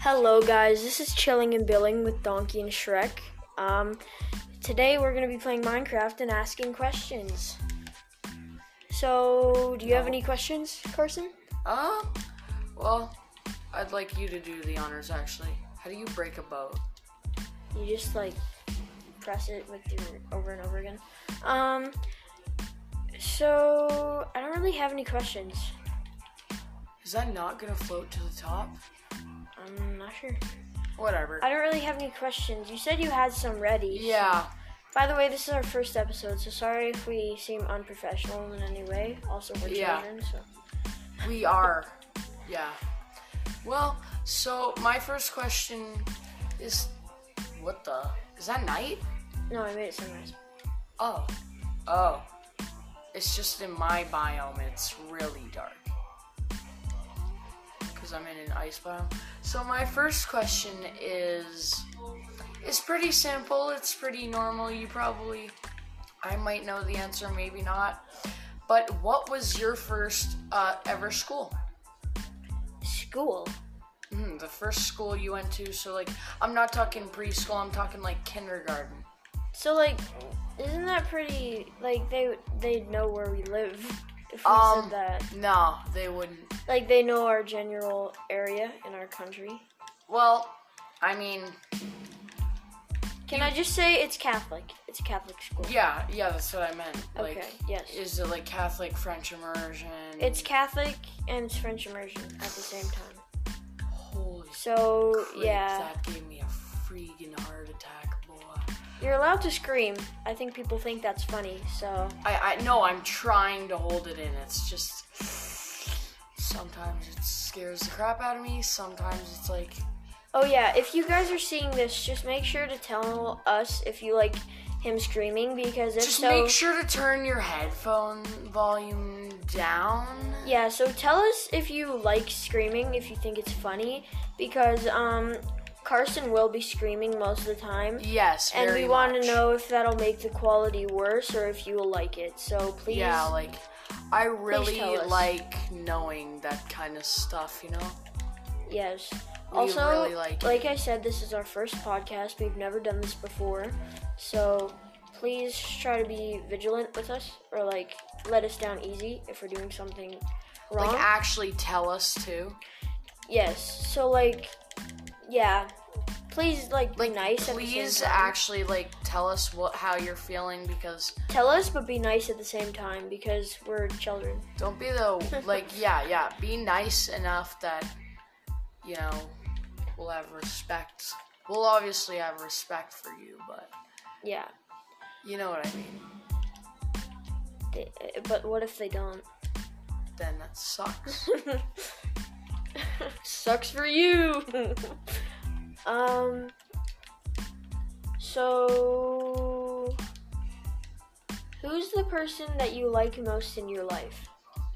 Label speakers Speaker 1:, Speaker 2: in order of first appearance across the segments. Speaker 1: Hello, guys. This is Chilling and Billing with Donkey and Shrek. Um, today we're gonna be playing Minecraft and asking questions. So, do you have
Speaker 2: No.
Speaker 1: any questions, Carson?
Speaker 2: Uh, well, I'd like you to do the honors actually. How do you break a boat?
Speaker 1: You just like press it with your over and over again. Um, so I don't really have any questions.
Speaker 2: Is that not gonna float to the top?
Speaker 1: I'm not sure.
Speaker 2: Whatever.
Speaker 1: I don't really have any questions. You said you had some ready.
Speaker 2: Yeah.
Speaker 1: By the way, this is our first episode, so sorry if we seem unprofessional in any way. Also, we're
Speaker 2: Yeah.
Speaker 1: children, so.
Speaker 2: We are. Yeah. Well, so my first question is what the? Is that night?
Speaker 1: No, I made it sunrise.
Speaker 2: Oh. Oh. It's just in my biome, it's really dark. Because I'm in an ice biome. So, my first question is it's pretty simple, it's pretty normal. You probably, I might know the answer, maybe not. But what was your first uh, ever school?
Speaker 1: School.
Speaker 2: Mm, the first school you went to, so like, I'm not talking preschool, I'm talking like kindergarten.
Speaker 1: So like, isn't that pretty? Like they they'd know where we live if we
Speaker 2: Um,
Speaker 1: said that.
Speaker 2: No, they wouldn't.
Speaker 1: Like they know our general area in our country.
Speaker 2: Well, I mean,
Speaker 1: Can I just say it's Catholic? It's a Catholic school.
Speaker 2: Yeah, yeah, that's what I meant. Like,
Speaker 1: Okay, yes.
Speaker 2: Is it like Catholic French immersion?
Speaker 1: It's Catholic and it's French immersion at the same time.
Speaker 2: holy.
Speaker 1: So
Speaker 2: crap,
Speaker 1: yeah,
Speaker 2: That gave me a freaking heart attack, boy.
Speaker 1: you're allowed to scream. I think people think that's funny. So
Speaker 2: I I no, I'm trying to hold it in. It's just sometimes it scares the crap out of me. Sometimes it's like
Speaker 1: oh yeah, if you guys are seeing this, just make sure to tell us if you like him screaming because if
Speaker 2: just
Speaker 1: so,
Speaker 2: make sure to turn your headphone volume down.
Speaker 1: Yeah, so tell us if you like screaming, if you think it's funny, because um, Carson will be screaming most of the time.
Speaker 2: Yes,
Speaker 1: And
Speaker 2: very
Speaker 1: we want
Speaker 2: much.
Speaker 1: to know if that'll make the quality worse or if you will like it. So please,
Speaker 2: Yeah, like I really
Speaker 1: tell us.
Speaker 2: like knowing that kind of stuff. You know.
Speaker 1: yes.
Speaker 2: We
Speaker 1: also,
Speaker 2: really like it.
Speaker 1: like I said, this is our first podcast. We've never done this before, so please try to be vigilant with us, or like let us down easy if we're doing something wrong.
Speaker 2: Like actually tell us too.
Speaker 1: Yes. So like, yeah. Please like, be nice. at the same
Speaker 2: Please
Speaker 1: time.
Speaker 2: actually like tell us what how you're feeling because
Speaker 1: tell us, but be nice at the same time because we're children.
Speaker 2: don't be the like yeah yeah be nice enough that you know we'll have respect. We'll obviously have respect for you, but
Speaker 1: Yeah.
Speaker 2: you know what I mean.
Speaker 1: They, uh, but what if they don't?
Speaker 2: Then that sucks.
Speaker 1: Sucks for you. um. So. Who's the person that you like most in your life?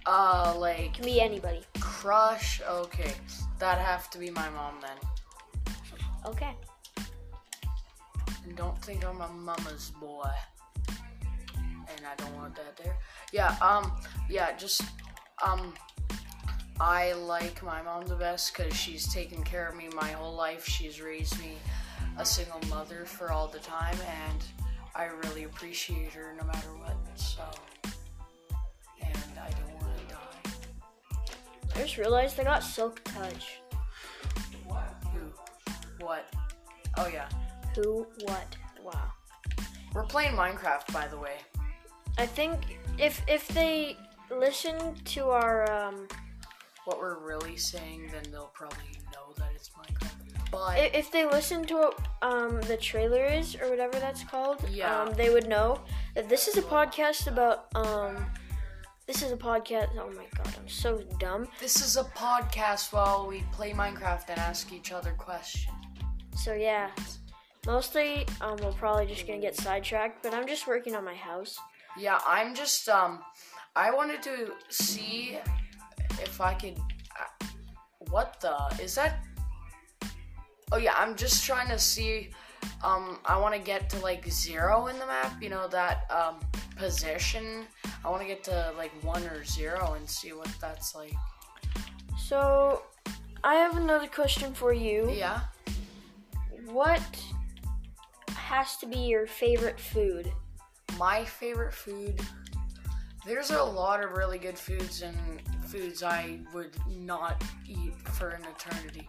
Speaker 2: uh, like
Speaker 1: Can be anybody.
Speaker 2: crush. Okay, that'd have to be my mom then.
Speaker 1: Okay.
Speaker 2: And don't think I'm a mama's boy. And I don't want that there. Yeah, um, yeah, just, um, I like my mom the best because she's taken care of me my whole life. She's raised me a single mother for all the time, and I really appreciate her no matter what. So, and I don't want to die.
Speaker 1: I just realized I got silk touch.
Speaker 2: Who? What? Oh, yeah.
Speaker 1: Who? What? Wow.
Speaker 2: We're playing Minecraft, by the way.
Speaker 1: I think if if they listen to our um,
Speaker 2: what we're really saying, then they'll probably know that it's Minecraft. But
Speaker 1: i- if they listen to what um, the trailer is or whatever that's called,
Speaker 2: Yeah.
Speaker 1: um, they would know that this is a podcast about um, this is a podcast. Oh my god, I'm so dumb.
Speaker 2: this is a podcast while we play Minecraft and ask each other questions.
Speaker 1: So yeah, mostly um, we're probably just gonna get sidetracked, but I'm just working on my house.
Speaker 2: Yeah, I'm just um, I wanted to see if I could. Uh, what the is that? Oh yeah, I'm just trying to see. Um, I want to get to like zero in the map. You know that um position. I want to get to like one or zero and see what that's like.
Speaker 1: So I have another question for you.
Speaker 2: Yeah.
Speaker 1: What has to be your favorite food?
Speaker 2: My favorite food. There's a lot of really good foods and foods I would not eat for an eternity.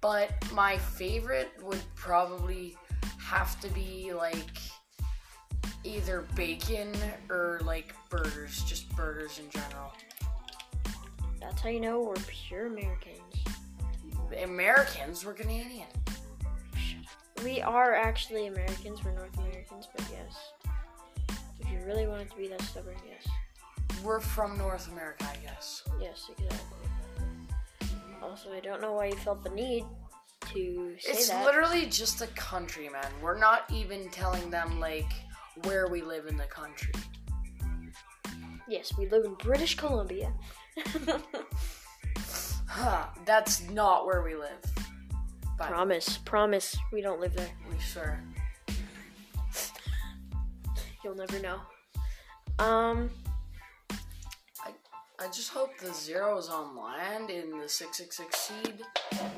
Speaker 2: But my favorite would probably have to be like either bacon or like burgers, just burgers in general.
Speaker 1: That's how you know we're pure Americans.
Speaker 2: Americans were Canadian.
Speaker 1: We are actually Americans. We're North Americans, but yes. If you really wanted to be that stubborn, yes.
Speaker 2: We're from North America, I guess.
Speaker 1: Yes, exactly. Also, I don't know why you felt the need to say
Speaker 2: it's
Speaker 1: that.
Speaker 2: literally just a country, man. We're not even telling them like where we live in the country.
Speaker 1: yes, we live in British Columbia.
Speaker 2: Huh, that's not where we live. But
Speaker 1: promise, promise, we don't live there.
Speaker 2: we sure.
Speaker 1: You'll never know. Um,
Speaker 2: I, I just hope the zero is on land in the 666 seed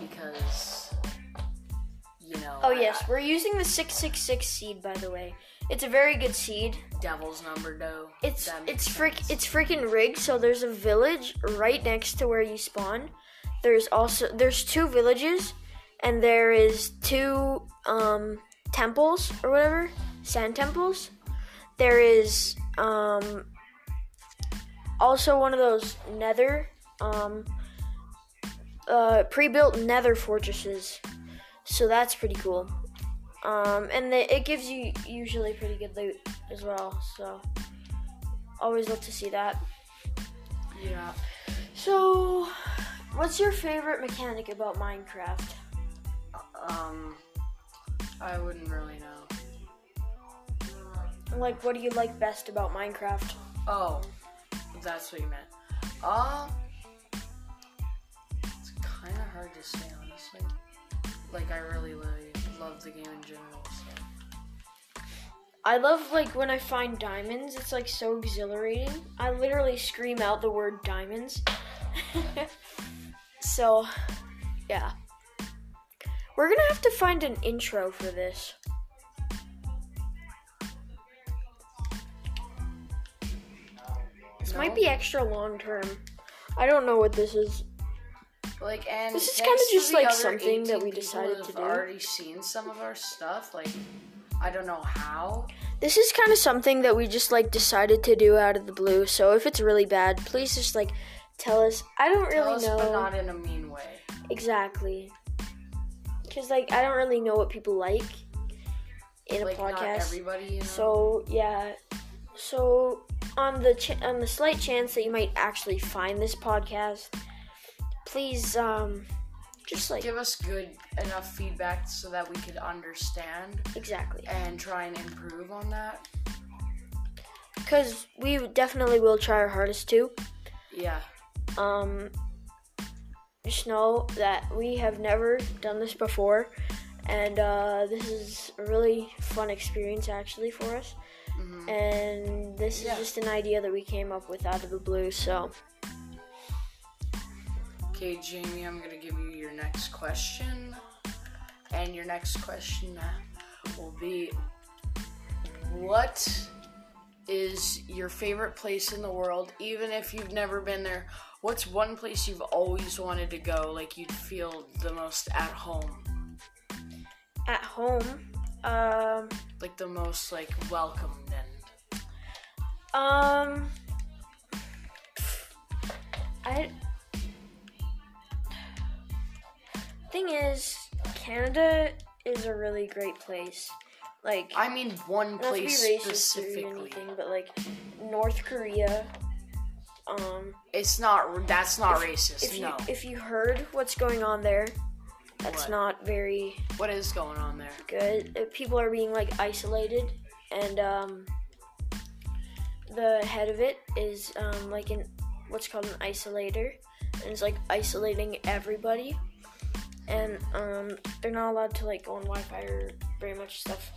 Speaker 2: because, you know.
Speaker 1: oh
Speaker 2: I-
Speaker 1: yes, we're using the 666 seed, by the way. It's a very good seed.
Speaker 2: Devil's number dough.
Speaker 1: It's
Speaker 2: That makes
Speaker 1: it's freak
Speaker 2: sense.
Speaker 1: it's freaking rigged. So there's a village right next to where you spawn. There's also there's two villages, and there is two um, temples or whatever sand temples. There is um, also one of those nether um, uh, pre-built nether fortresses. So that's pretty cool. Um, and the, it gives you usually pretty good loot as well. So always love to see that.
Speaker 2: Yeah.
Speaker 1: So, what's your favorite mechanic about Minecraft?
Speaker 2: Um, I wouldn't really know.
Speaker 1: Like, what do you like best about Minecraft?
Speaker 2: Oh, that's what you meant. Um, it's kind of hard to say, honestly. Like, I really, really love the game in general. So.
Speaker 1: I love like when I find diamonds. It's like so exhilarating. I literally scream out the word diamonds. so, yeah. We're gonna have to find an intro for this. This might be extra long term. I don't know what this is.
Speaker 2: Like, and
Speaker 1: This is
Speaker 2: thanks
Speaker 1: kinda
Speaker 2: to
Speaker 1: just,
Speaker 2: the
Speaker 1: like,
Speaker 2: other
Speaker 1: something that
Speaker 2: 18
Speaker 1: we
Speaker 2: people
Speaker 1: decided
Speaker 2: who
Speaker 1: to
Speaker 2: have
Speaker 1: do.
Speaker 2: Already seen some of our stuff. Like, I don't know how.
Speaker 1: This is kind of something that we just like decided to do out of the blue. So if it's really bad, please just like tell us. I don't
Speaker 2: Tell
Speaker 1: really
Speaker 2: us,
Speaker 1: know
Speaker 2: but not in a mean way.
Speaker 1: exactly because like I don't really know what people like in
Speaker 2: Like,
Speaker 1: a
Speaker 2: not
Speaker 1: podcast.
Speaker 2: everybody. You know?
Speaker 1: So yeah, so on the ch- on the slight chance that you might actually find this podcast, please um just like
Speaker 2: give us good enough feedback so that we could understand
Speaker 1: exactly
Speaker 2: and try and improve on that.
Speaker 1: because we definitely will try our hardest to.
Speaker 2: Yeah.
Speaker 1: um, just know that we have never done this before, and uh, this is a really fun experience actually for us.
Speaker 2: Mhm.
Speaker 1: And this
Speaker 2: Yeah.
Speaker 1: is just an idea that we came up with out of the blue. So,
Speaker 2: Okay, Jamie, I'm gonna give you your next question, and your next question uh, will be, what is your favorite place in the world, even if you've never been there? What's one place you've always wanted to go, like you'd feel the most at home,
Speaker 1: at home, um,
Speaker 2: like the most like welcomed and
Speaker 1: um, I. Thing is, Canada is a really great place. Like,
Speaker 2: I mean one
Speaker 1: not to be
Speaker 2: place
Speaker 1: racist or
Speaker 2: specifically.
Speaker 1: anything, but like North Korea. Um,
Speaker 2: It's not that's not racist.
Speaker 1: if you
Speaker 2: no,
Speaker 1: if you heard what's going on there, that's
Speaker 2: What?
Speaker 1: not very
Speaker 2: what is going on there?
Speaker 1: good. Uh, People are being like isolated, and um, the head of it is um, like an what's called an isolator, and it's like isolating everybody, and um, they're not allowed to like go on Wi-Fi or very much stuff.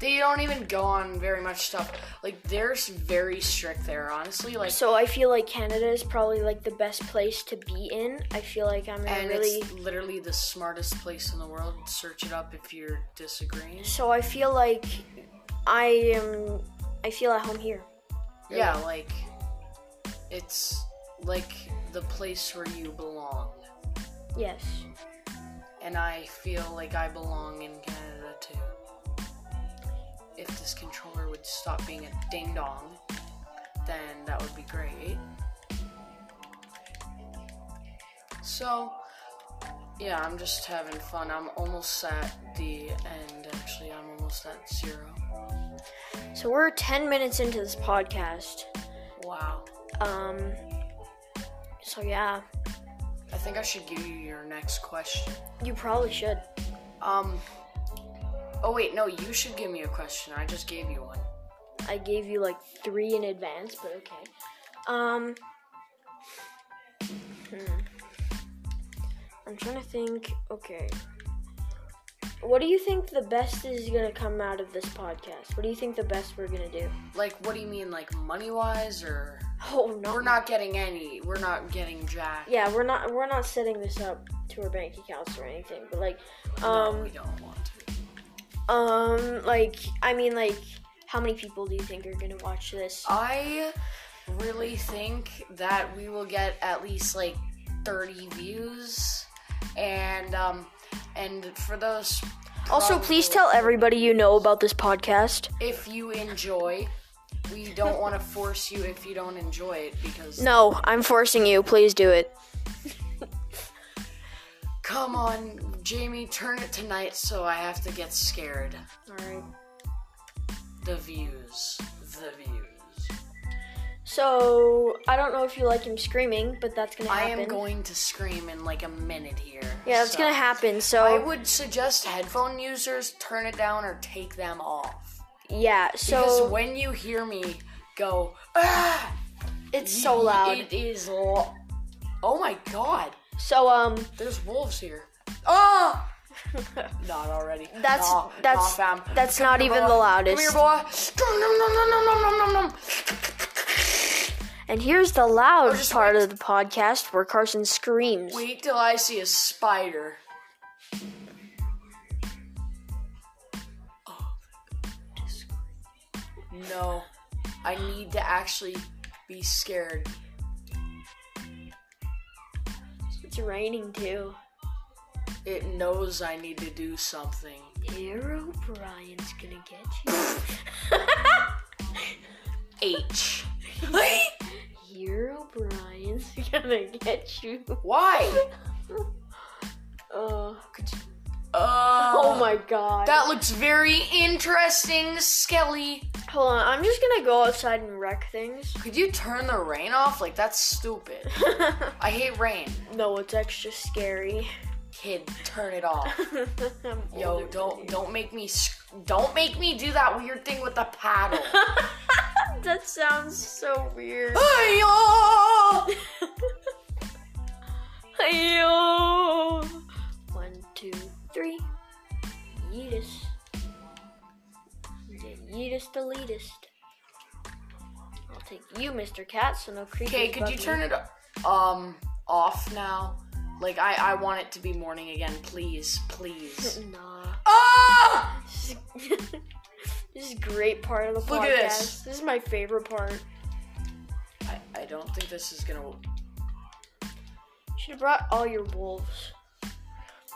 Speaker 2: They don't even go on very much stuff. Like they're s- very strict there, honestly. Like
Speaker 1: So I feel like Canada is probably like the best place to be in. I feel like I'm in a
Speaker 2: and
Speaker 1: really
Speaker 2: it's literally the smartest place in the world. Search it up if you're disagreeing.
Speaker 1: so I feel like I am I feel at home here.
Speaker 2: Yeah, like it's like the place where you belong.
Speaker 1: Yes.
Speaker 2: And I feel like I belong in Canada too. If this controller would stop being a ding dong, then that would be great. So, yeah, I'm just having fun. I'm almost at the end, actually. I'm almost at zero.
Speaker 1: So we're 10 minutes into this podcast.
Speaker 2: Wow.
Speaker 1: Um so yeah,
Speaker 2: I think I should give you your next question.
Speaker 1: you probably should.
Speaker 2: Um. Oh, wait, no, you should give me a question. I just gave you one.
Speaker 1: I gave you like 3 in advance, but okay. Um hmm. I'm trying to think. Okay. What do you think the best is going to come out of this podcast? What do you think the best we're going to do?
Speaker 2: Like, what do you mean, like money wise, or
Speaker 1: Oh no.
Speaker 2: we're not getting any? We're not getting jack.
Speaker 1: Yeah, we're not we're not setting this up to our bank accounts or anything, but like
Speaker 2: no, we
Speaker 1: um
Speaker 2: don't want to.
Speaker 1: um like I mean like how many people do you think are going to watch this?
Speaker 2: Uh, I really think that we will get at least like 30 views, and um, and for those.
Speaker 1: Also, please
Speaker 2: probable-
Speaker 1: tell everybody you know about this podcast.
Speaker 2: if you enjoy. We don't want to force you if you don't enjoy it because
Speaker 1: No, I'm forcing you. Please do it.
Speaker 2: Come on, Jamie, turn it tonight so I have to get scared.
Speaker 1: All right.
Speaker 2: The views. The views.
Speaker 1: So, I don't know if you like him screaming, but that's going to
Speaker 2: I
Speaker 1: happen.
Speaker 2: am going to scream in like a minute here.
Speaker 1: Yeah, that's
Speaker 2: so-
Speaker 1: going to happen. So,
Speaker 2: I would suggest headphone users turn it down or take them off.
Speaker 1: yeah,
Speaker 2: Because
Speaker 1: so
Speaker 2: when you hear me go, ah,
Speaker 1: it's so loud.
Speaker 2: It is. Lo- oh my god,
Speaker 1: so, um
Speaker 2: there's wolves here. Ah! Not already.
Speaker 1: that's
Speaker 2: Nah, nah,
Speaker 1: that's
Speaker 2: fam.
Speaker 1: that's not even
Speaker 2: boy.
Speaker 1: the loudest.
Speaker 2: Come here, boy. Nom, nom, nom, nom, nom, nom, nom, nom.
Speaker 1: And here's the loud
Speaker 2: just
Speaker 1: part of the podcast where Carson screams.
Speaker 2: Wait till I see a spider. Oh, disgrace. No, I need to actually be scared.
Speaker 1: It's raining too.
Speaker 2: It knows I need to do something.
Speaker 1: Dear O'Brien's gonna get
Speaker 2: H.
Speaker 1: you. Dear O'Brien's gonna get you.
Speaker 2: Why?
Speaker 1: Oh,
Speaker 2: Uh,
Speaker 1: oh my god.
Speaker 2: That looks very interesting, Skelly.
Speaker 1: Hold on, I'm just gonna go outside and wreck things.
Speaker 2: Could you turn the rain off? Like, that's stupid. I hate rain.
Speaker 1: no, it's extra scary.
Speaker 2: Kid, turn it off.
Speaker 1: I'm
Speaker 2: Yo,
Speaker 1: older.
Speaker 2: don't don't make me sc- don't make me do that weird thing with the paddle.
Speaker 1: that sounds so weird.
Speaker 2: Hi-ya!
Speaker 1: Ayo. One, two, three. Yeetus. The Yeetus the leetest. I'll take you, Mr. Cat, so no creepy.
Speaker 2: okay, could you turn it um off now? Like I I want it to be morning again, please, please.
Speaker 1: Nah.
Speaker 2: Ah!
Speaker 1: This is, this is a great part of the podcast.
Speaker 2: Look at this.
Speaker 1: This is my favorite part.
Speaker 2: I, I don't think this is gonna.
Speaker 1: Should have brought all your wolves.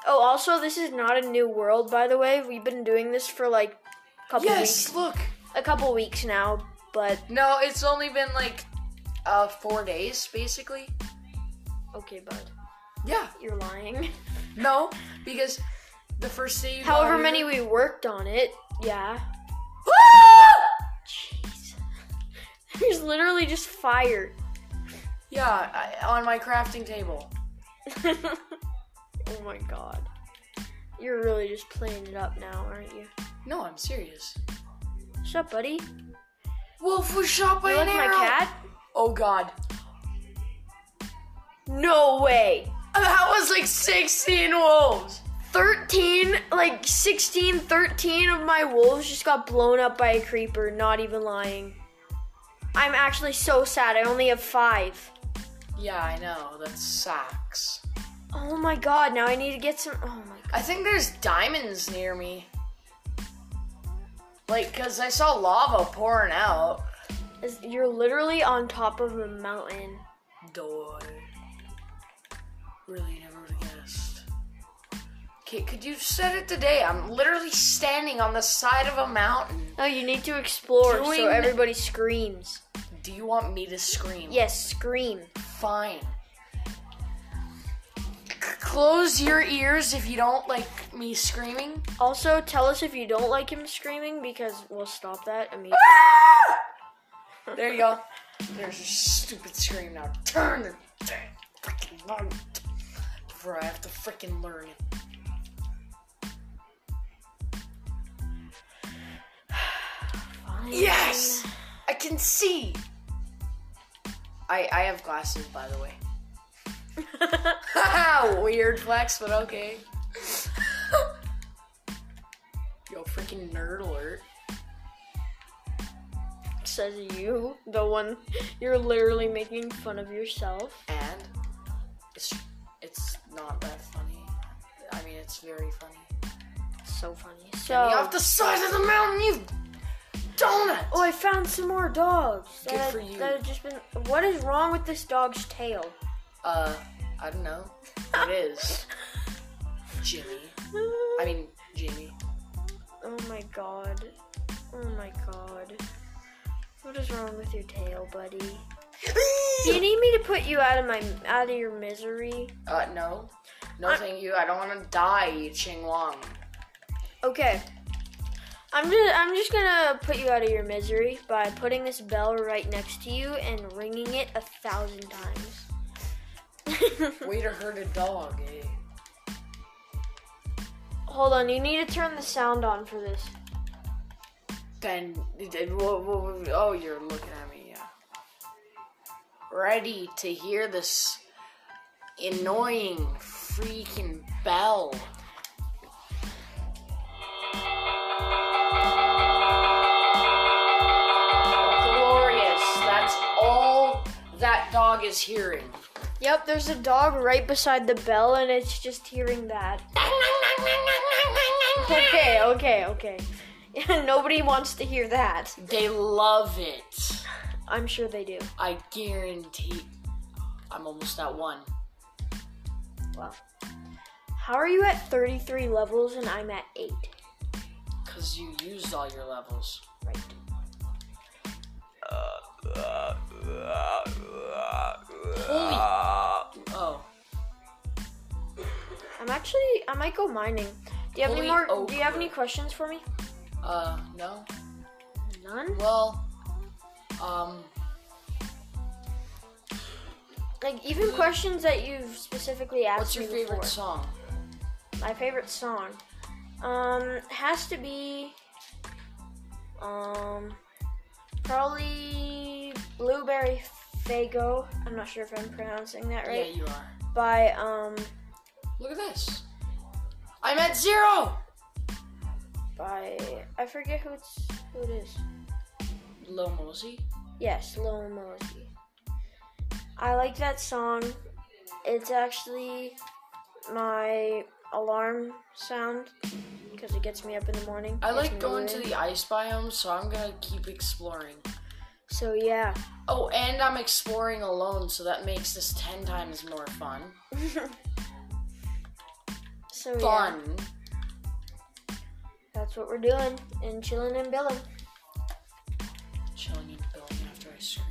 Speaker 1: Oh, also, this is not a new world, by the way. We've been doing this for like a couple
Speaker 2: Yes,
Speaker 1: weeks,
Speaker 2: look.
Speaker 1: a couple weeks now, but
Speaker 2: No, it's only been like uh four days basically.
Speaker 1: okay, bud.
Speaker 2: Yeah.
Speaker 1: You're lying.
Speaker 2: No, because the first day. You got
Speaker 1: However
Speaker 2: here-
Speaker 1: many we worked on it, yeah.
Speaker 2: Ah!
Speaker 1: Jeez. There's literally just fire.
Speaker 2: Yeah, I, on my crafting table.
Speaker 1: oh my god. You're really just playing it up now, aren't you?
Speaker 2: No, I'm serious.
Speaker 1: What's up, buddy?
Speaker 2: Wolf was shot by
Speaker 1: You
Speaker 2: an
Speaker 1: like my
Speaker 2: arrow.
Speaker 1: cat?
Speaker 2: Oh god.
Speaker 1: No way.
Speaker 2: That was like 16 wolves.
Speaker 1: 13, like 16, 13 of my wolves just got blown up by a creeper, not even lying. I'm actually so sad. I only have five.
Speaker 2: Yeah, I know. That sucks.
Speaker 1: Oh my god, now I need to get some. Oh my god.
Speaker 2: I think there's diamonds near me. Like, because I saw lava pouring out.
Speaker 1: Is- You're literally on top of a mountain.
Speaker 2: Door. Really never would have guessed. Okay, could you set it today? I'm literally standing on the side of a mountain.
Speaker 1: No, you need to explore
Speaker 2: Doing-
Speaker 1: so everybody screams.
Speaker 2: Do you want me to scream?
Speaker 1: Yes, scream.
Speaker 2: Fine. C- close your ears if you don't like me screaming.
Speaker 1: Also, tell us if you don't like him screaming because we'll stop that immediately.
Speaker 2: There you go. There's your stupid scream now. Turn the dang freaking light before I have to freaking learn it. Yes! I can see! I I have glasses, by the way. Haha, Weird flex, but okay. Yo, freaking nerd alert.
Speaker 1: Says you, the one you're literally making fun of yourself.
Speaker 2: And it's it's not that funny. I mean, it's very funny.
Speaker 1: So funny.
Speaker 2: You're off
Speaker 1: So.
Speaker 2: the side of the mountain, you donut!
Speaker 1: Oh, I found some more dogs. That
Speaker 2: Good
Speaker 1: had-
Speaker 2: for you.
Speaker 1: That had just been. What is wrong with this dog's tail?
Speaker 2: Uh, I don't know. It is. Jimmy. I mean, Jimmy.
Speaker 1: Oh my god. Oh my god. What is wrong with your tail, buddy? Do you need me to put you out of my out of your misery?
Speaker 2: Uh, no. No, thank you. I don't want to die, you Ching Wong.
Speaker 1: Okay. I'm just I'm just gonna put you out of your misery by putting this bell right next to you and ringing it a thousand times.
Speaker 2: Way to hurt a dog, eh?
Speaker 1: Hold on, you need to turn the sound on for this.
Speaker 2: Then, then whoa, whoa, whoa, whoa. oh, you're looking at me, yeah. Ready to hear this annoying freaking bell. Glorious. That's all that dog is hearing.
Speaker 1: Yep, there's a dog right beside the bell and it's just hearing that. Okay, okay, okay. Nobody wants to hear that.
Speaker 2: They love it.
Speaker 1: I'm sure they do.
Speaker 2: I guarantee. I'm almost at one.
Speaker 1: Wow. How are you at 33 levels and I'm at 8?
Speaker 2: Because you used all your levels.
Speaker 1: Right.
Speaker 2: Oh.
Speaker 1: I'm actually I might go mining. Do you have
Speaker 2: Holy
Speaker 1: any more do you have
Speaker 2: okra.
Speaker 1: any questions for me?
Speaker 2: Uh, no?
Speaker 1: None?
Speaker 2: Well, um,
Speaker 1: Like even questions that you've specifically asked
Speaker 2: what's your
Speaker 1: me
Speaker 2: favorite
Speaker 1: before.
Speaker 2: song?
Speaker 1: My favorite song um has to be um probably Blueberry Fago. I'm not sure if I'm pronouncing that right.
Speaker 2: Yeah, you are.
Speaker 1: By um
Speaker 2: Look at this. I'm at zero!
Speaker 1: by I forget who it's who it is.
Speaker 2: Lil Mosey.
Speaker 1: Yes, Lil Mosey. I like that song. It's actually my alarm sound because it gets me up in the morning.
Speaker 2: I
Speaker 1: gets
Speaker 2: like
Speaker 1: me
Speaker 2: going to
Speaker 1: moving.
Speaker 2: the ice biome, so I'm gonna keep exploring.
Speaker 1: So yeah,
Speaker 2: Oh, and I'm exploring alone, so that makes this ten times more fun.
Speaker 1: so Oh, yeah,
Speaker 2: Fun.
Speaker 1: that's what we're doing and chilling and billing.
Speaker 2: Chilling and building after I scream.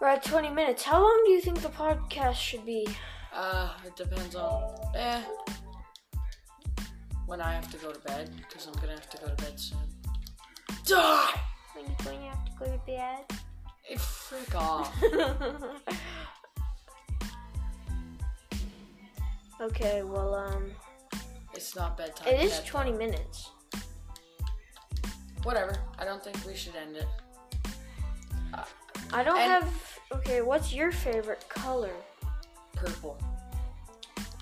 Speaker 1: We're at 20 minutes. How long do you think the podcast should be?
Speaker 2: Uh, it depends on. Eh. When I have to go to bed, because I'm gonna have to go to bed soon. Die!
Speaker 1: When you when you have to go to bed?
Speaker 2: Hey, freak off.
Speaker 1: okay, well um,
Speaker 2: It's not bedtime.
Speaker 1: it is
Speaker 2: yet.
Speaker 1: 20 minutes.
Speaker 2: Whatever. I don't think we should end it.
Speaker 1: I don't
Speaker 2: And-
Speaker 1: have. Okay, what's your favorite color?
Speaker 2: Purple.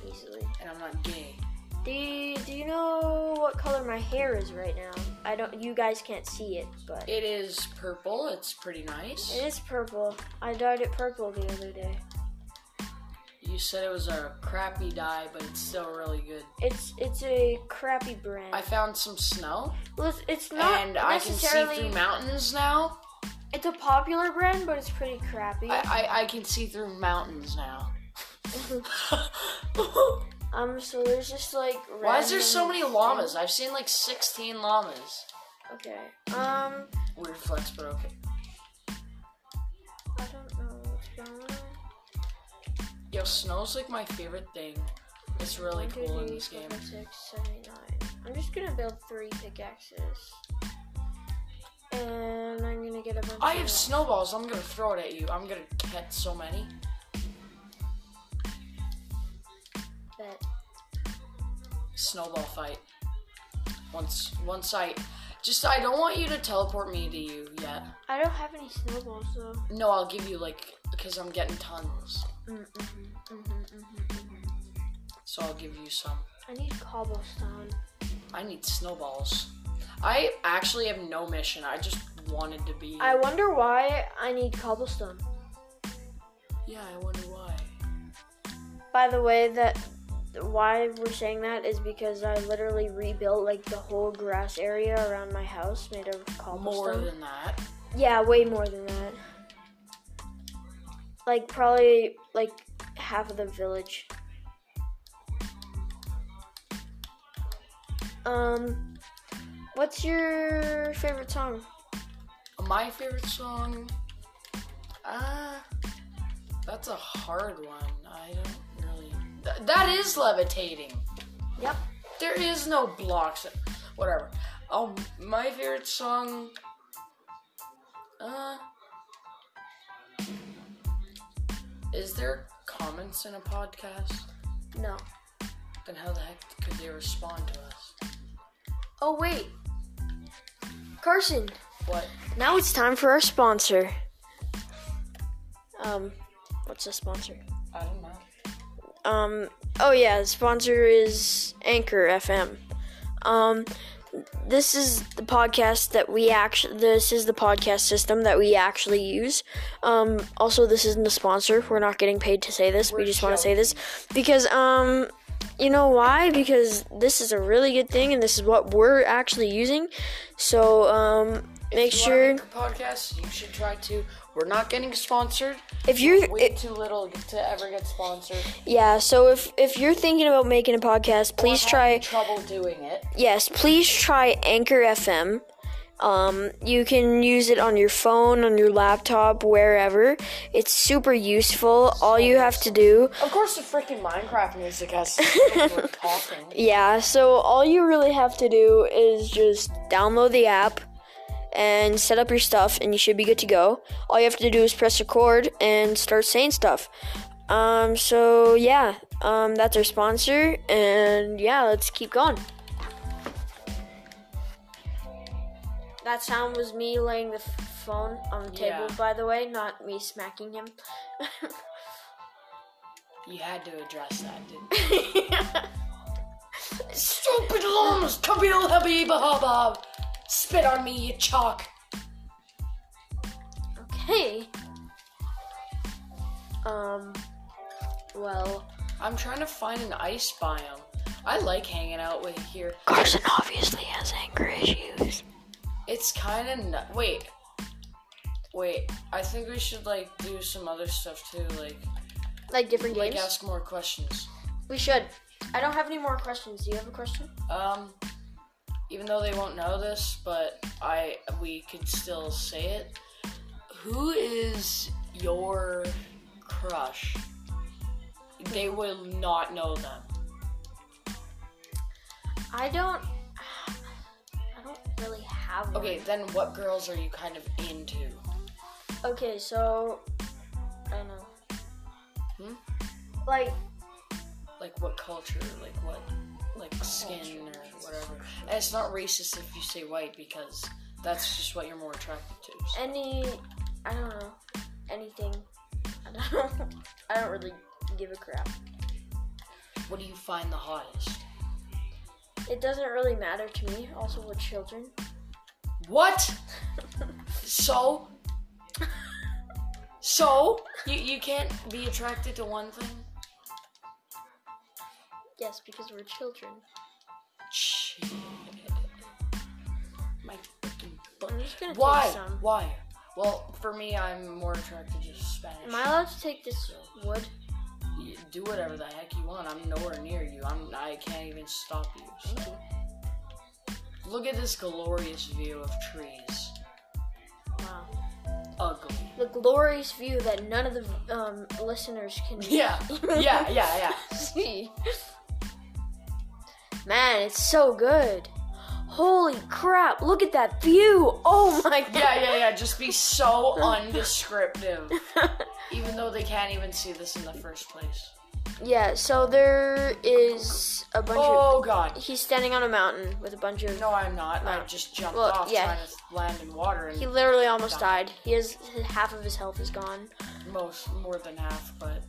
Speaker 1: Easily.
Speaker 2: And I'm not gay.
Speaker 1: Do you, do you know what color my hair is right now? I don't. You guys can't see it, but
Speaker 2: It is purple. It's pretty nice.
Speaker 1: it is purple. I dyed it purple the other day.
Speaker 2: You said it was a crappy dye, but it's still really good.
Speaker 1: It's it's a crappy brand.
Speaker 2: I found some snow,
Speaker 1: well, it's, it's not
Speaker 2: and I can see
Speaker 1: necessarily.
Speaker 2: through mountains now.
Speaker 1: it's a popular brand, but it's pretty crappy.
Speaker 2: I, I, I can see through mountains now.
Speaker 1: um. So there's just like.
Speaker 2: Why is there so
Speaker 1: random
Speaker 2: many llamas? I've seen like 16 llamas.
Speaker 1: Okay. Um.
Speaker 2: Weird flex, but okay.
Speaker 1: I don't know what's going on.
Speaker 2: Yo, snow's like my favorite thing. It's really
Speaker 1: One, two,
Speaker 2: cool in
Speaker 1: three,
Speaker 2: this
Speaker 1: four,
Speaker 2: game.
Speaker 1: five, six, seven, eight, nine. I'm just gonna build three pickaxes. And I'm gonna get a bunch
Speaker 2: I
Speaker 1: of
Speaker 2: have snowballs. I'm gonna throw it at you. I'm gonna catch so many.
Speaker 1: that.
Speaker 2: Snowball fight. Once, once I, just I don't want you to teleport me to you yet.
Speaker 1: I don't have any snowballs though.
Speaker 2: No, I'll give you like because I'm getting tons. So I'll give you some.
Speaker 1: I need cobblestone.
Speaker 2: I need snowballs. I actually have no mission. I just wanted to be.
Speaker 1: I wonder why I need cobblestone.
Speaker 2: yeah, I wonder why.
Speaker 1: By the way, that why we're saying that is because I literally rebuilt like the whole grass area around my house made of
Speaker 2: More
Speaker 1: cobblestone.
Speaker 2: than that.
Speaker 1: Yeah, way more than that. Like probably like half of the village. Um what's your favorite song?
Speaker 2: My favorite song. Ah, that's a hard one. I don't really. Th- that is levitating.
Speaker 1: Yep.
Speaker 2: There is no blocks. Whatever. Um, my favorite song. Uh. Is there comments in a podcast?
Speaker 1: No.
Speaker 2: Then how the heck could they respond to us?
Speaker 1: Oh wait. Carson,
Speaker 2: What?
Speaker 1: now it's time for our sponsor. Um what's the sponsor?
Speaker 2: I don't know.
Speaker 1: um oh yeah the sponsor is anchor fm um this is the podcast that we actually this is the podcast system that we actually use um also this isn't a sponsor we're not getting paid to say this we
Speaker 2: We're
Speaker 1: just want to say this because um you know why because this is a really good thing and this is what we're actually using so um make
Speaker 2: You wanna
Speaker 1: sure
Speaker 2: make a podcast. You should try to. We're not getting sponsored.
Speaker 1: if you're
Speaker 2: Way too little to ever get sponsored.
Speaker 1: yeah so if if you're thinking about making a podcast please
Speaker 2: We're
Speaker 1: try
Speaker 2: having trouble doing it.
Speaker 1: yes, please try Anchor FM. Um, you can use it on your phone, on your laptop, wherever. It's super useful. All you have to do,
Speaker 2: Of course, the freaking Minecraft music has people talking.
Speaker 1: yeah, so all you really have to do is just download the app and set up your stuff, and you should be good to go. All you have to do is press record and start saying stuff. Um, so yeah, um, that's our sponsor, and yeah, let's keep going. That sound was me laying the f- phone on the
Speaker 2: Yeah.
Speaker 1: table, by the way, not me smacking him.
Speaker 2: You had to address that, didn't you? Stupid llamas, Kabil Habib Habab. Spit on me, you chalk.
Speaker 1: Okay. Um, well.
Speaker 2: I'm trying to find an ice biome. I like hanging out with here.
Speaker 1: Carson obviously has anger issues.
Speaker 2: It's kind of nu- wait, wait. I think we should like do some other stuff too, like
Speaker 1: Like different
Speaker 2: like
Speaker 1: games?
Speaker 2: ask more questions.
Speaker 1: We should. I don't have any more questions. Do you have a question?
Speaker 2: Um, even though they won't know this, but I we could still say it. Who is your crush? They will not know them.
Speaker 1: I don't. I don't really have one.
Speaker 2: Okay, then what girls are you kind of into?
Speaker 1: Okay, so. I don't know.
Speaker 2: Hmm?
Speaker 1: Like,
Speaker 2: Like what culture? Like what? Like skin or whatever. And it's not racist if you say white because that's just what you're more attracted to. so-
Speaker 1: any. I don't know. Anything. I don't I don't really give a crap.
Speaker 2: What do you find the hottest?
Speaker 1: It doesn't really matter to me. Also, with children.
Speaker 2: What? so? So? You, you can't be attracted to one thing?
Speaker 1: Yes, because we're children.
Speaker 2: Shit. My fucking butt.
Speaker 1: I'm just gonna
Speaker 2: Why?
Speaker 1: take some.
Speaker 2: Why? Well, for me, I'm more attracted to Spanish.
Speaker 1: Am I allowed to take this wood?
Speaker 2: You do whatever the heck you want. I'm nowhere near you. I'm. I can't even stop you. so-
Speaker 1: Thank you.
Speaker 2: Look at this glorious view of trees.
Speaker 1: Wow.
Speaker 2: Ugly.
Speaker 1: The glorious view that none of the um, listeners can
Speaker 2: Yeah. Yeah. Yeah. Yeah.
Speaker 1: see. Man, it's so good. Holy crap, look at that view! Oh my god!
Speaker 2: Yeah, yeah, yeah. Just be so undescriptive. Even though they can't even see this in the first place.
Speaker 1: Yeah, so there is a bunch
Speaker 2: Oh
Speaker 1: of.
Speaker 2: god.
Speaker 1: He's standing on a mountain with a bunch of.
Speaker 2: No, I'm not. I just jumped
Speaker 1: Well,
Speaker 2: off
Speaker 1: yeah.
Speaker 2: trying to land in water and
Speaker 1: He literally almost died. He has half of his health is gone.
Speaker 2: most more than half, but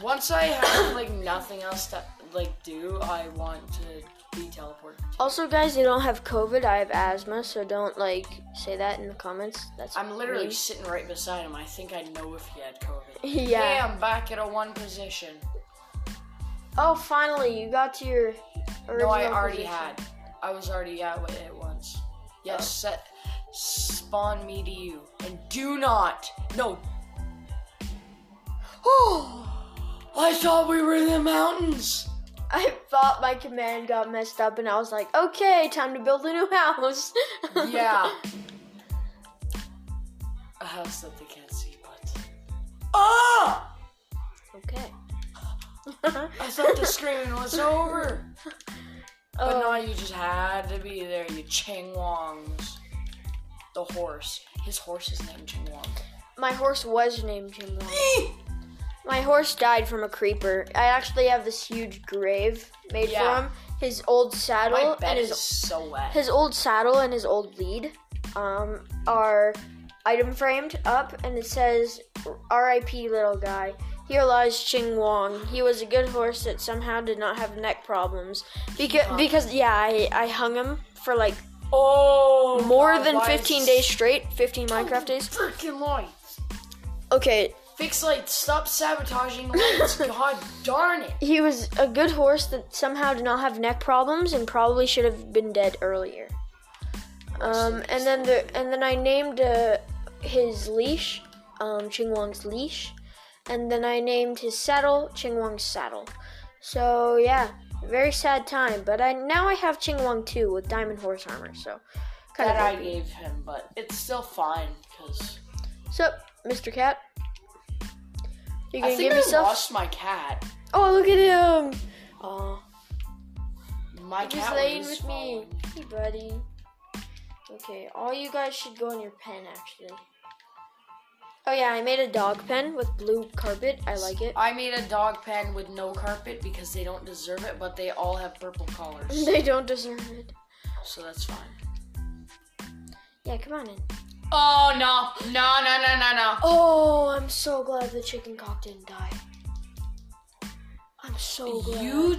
Speaker 2: once I have like nothing else to like do, I want to be teleported.
Speaker 1: Also, guys, they don't have COVID. I have asthma, so don't like say that in the comments. That's
Speaker 2: I'm literally
Speaker 1: mean.
Speaker 2: sitting right beside him. I think I know if he had COVID.
Speaker 1: Yeah.
Speaker 2: Hey, I'm back at a one position.
Speaker 1: Oh, finally, you got to your. Original
Speaker 2: No, I already
Speaker 1: position.
Speaker 2: had. I was already at it at once. Yes, set, spawn me to you, and do not. No. Oh, I thought we were in the mountains.
Speaker 1: I thought my command got messed up, and I was like, okay, time to build a new house.
Speaker 2: Yeah. a house that they can't see, but. Ah!
Speaker 1: okay.
Speaker 2: I thought the screaming was over. But
Speaker 1: Oh.
Speaker 2: no, you just had to be there, you Ching Wongs. The horse. His horse is named Ching Wong.
Speaker 1: My horse was named Jim Wong. My horse died from a creeper. I actually have this huge grave made
Speaker 2: Yeah.
Speaker 1: for him. His old
Speaker 2: My
Speaker 1: saddle
Speaker 2: bed
Speaker 1: and his
Speaker 2: is so wet.
Speaker 1: his old saddle and his old lead um, are item framed up, and it says "R.I.P. Little Guy." Here lies Ching Wong. He was a good horse that somehow did not have neck problems. Because, because yeah, I, I hung him for like
Speaker 2: oh,
Speaker 1: more
Speaker 2: God,
Speaker 1: than
Speaker 2: why is
Speaker 1: 15
Speaker 2: this
Speaker 1: days straight, 15 Minecraft days.
Speaker 2: Freaking lights.
Speaker 1: Okay,
Speaker 2: Fix lights. Stop sabotaging lights. God darn it.
Speaker 1: he was a good horse that somehow did not have neck problems and probably should have been dead earlier. Um, and then the and then I named uh, his leash, um, Ching Wong's leash, and then I named his saddle Ching Wong's saddle. So yeah, very sad time. But I now I have Ching Wong too with diamond horse armor. So kind
Speaker 2: That I
Speaker 1: of
Speaker 2: gave him, but it's still fine because
Speaker 1: so Mr. Cat, you
Speaker 2: I
Speaker 1: gonna
Speaker 2: think
Speaker 1: give
Speaker 2: I
Speaker 1: yourself?
Speaker 2: lost my cat.
Speaker 1: Oh look at him! Oh,
Speaker 2: My
Speaker 1: he's
Speaker 2: cat
Speaker 1: playing
Speaker 2: was
Speaker 1: with me.
Speaker 2: following.
Speaker 1: Hey buddy. Okay, all you guys should go in your pen actually. Oh yeah, I made a dog pen with blue carpet. I like it.
Speaker 2: I made a dog pen with no carpet because they don't deserve it, but they all have purple collars,
Speaker 1: they don't deserve it.
Speaker 2: so that's fine.
Speaker 1: Yeah, come on in.
Speaker 2: Oh no, no, no, no, no, no!
Speaker 1: Oh, I'm so glad the chicken cock didn't die. I'm so glad.
Speaker 2: You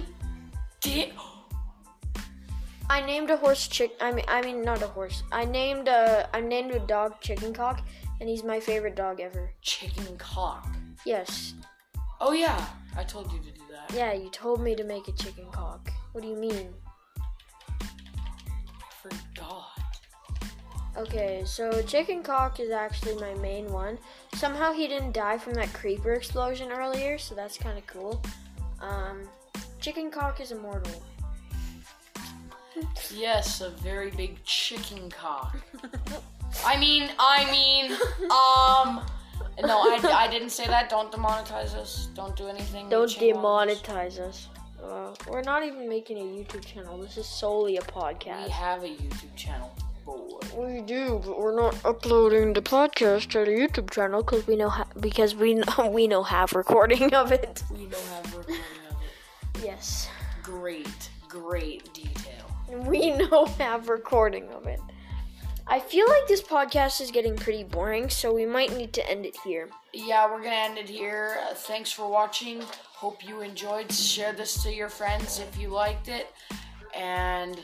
Speaker 2: did.
Speaker 1: I named a horse chick. I mean, I mean not a horse. I named a I named a dog chicken cock, and he's my favorite dog ever.
Speaker 2: chicken cock.
Speaker 1: Yes.
Speaker 2: Oh yeah, I told you to do that.
Speaker 1: Yeah, you told me to make a chicken cock. What do you mean?
Speaker 2: I forgot.
Speaker 1: Okay, so Chicken Cock is actually my main one. Somehow he didn't die from that creeper explosion earlier, so that's kind of cool. Um, Chicken Cock is immortal.
Speaker 2: Yes, a very big chicken cock. I mean, I mean, um. No, I, I didn't say that. Don't demonetize us. Don't do anything.
Speaker 1: Don't
Speaker 2: Chicken wongs.
Speaker 1: demonetize us. Uh, we're not even making a YouTube channel. This is solely a
Speaker 2: We
Speaker 1: podcast.
Speaker 2: have a YouTube channel, boy.
Speaker 1: We do, but we're not uploading the podcast to the YouTube channel because we know ha- because we know, we know half recording of it.
Speaker 2: We don't have recording of it.
Speaker 1: Yes,
Speaker 2: Great, great detail.
Speaker 1: we know half recording of it. I feel like this podcast is getting pretty boring, so we might need to end it here.
Speaker 2: yeah, we're gonna end it here. Uh, thanks for watching. Hope you enjoyed. Share this to your friends if you liked it, and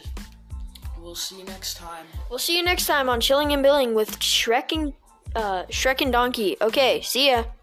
Speaker 2: we'll see you next time.
Speaker 1: We'll see you next time on Chilling and Billing with Shrek and uh, Shrek and Donkey. Okay, see ya.